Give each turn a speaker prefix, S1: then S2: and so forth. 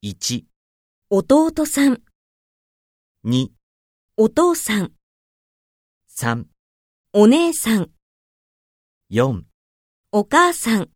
S1: 1、
S2: 弟さん、
S1: 2、
S2: お父さん、
S1: 3、
S2: お姉さん、
S1: 4
S2: お母さん。